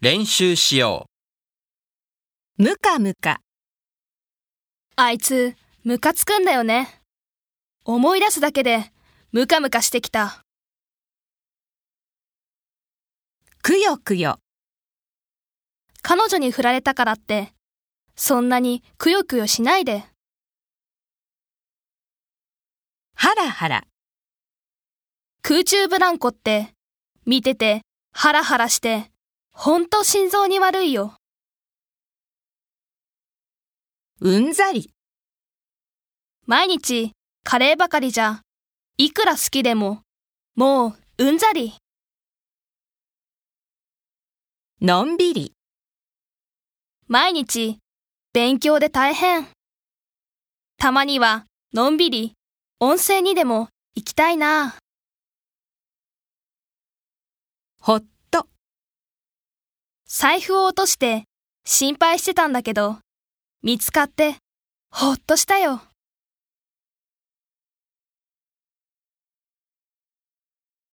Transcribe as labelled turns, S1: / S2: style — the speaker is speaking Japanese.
S1: 練習しよ
S2: むかむか、
S3: あいつ、ムカつくんだよね。思い出すだけで、ムカムカしてきた。
S2: くよくよ、
S3: 彼女に振られたからって、そんなにくよくよしないで。
S2: ハラハラ、
S3: 空中ブランコって、見てて、ハラハラして、ほんと心臓に悪いよ。
S2: うんざり、
S3: 毎日、カレーばかりじゃ、いくら好きでも、もう、うんざり。
S2: のんびり、
S3: 毎日、勉強で大変。たまには、のんびり、温泉にでも行きたいな。
S2: ほっと、
S3: 財布を落として心配してたんだけど、見つかってほっとしたよ。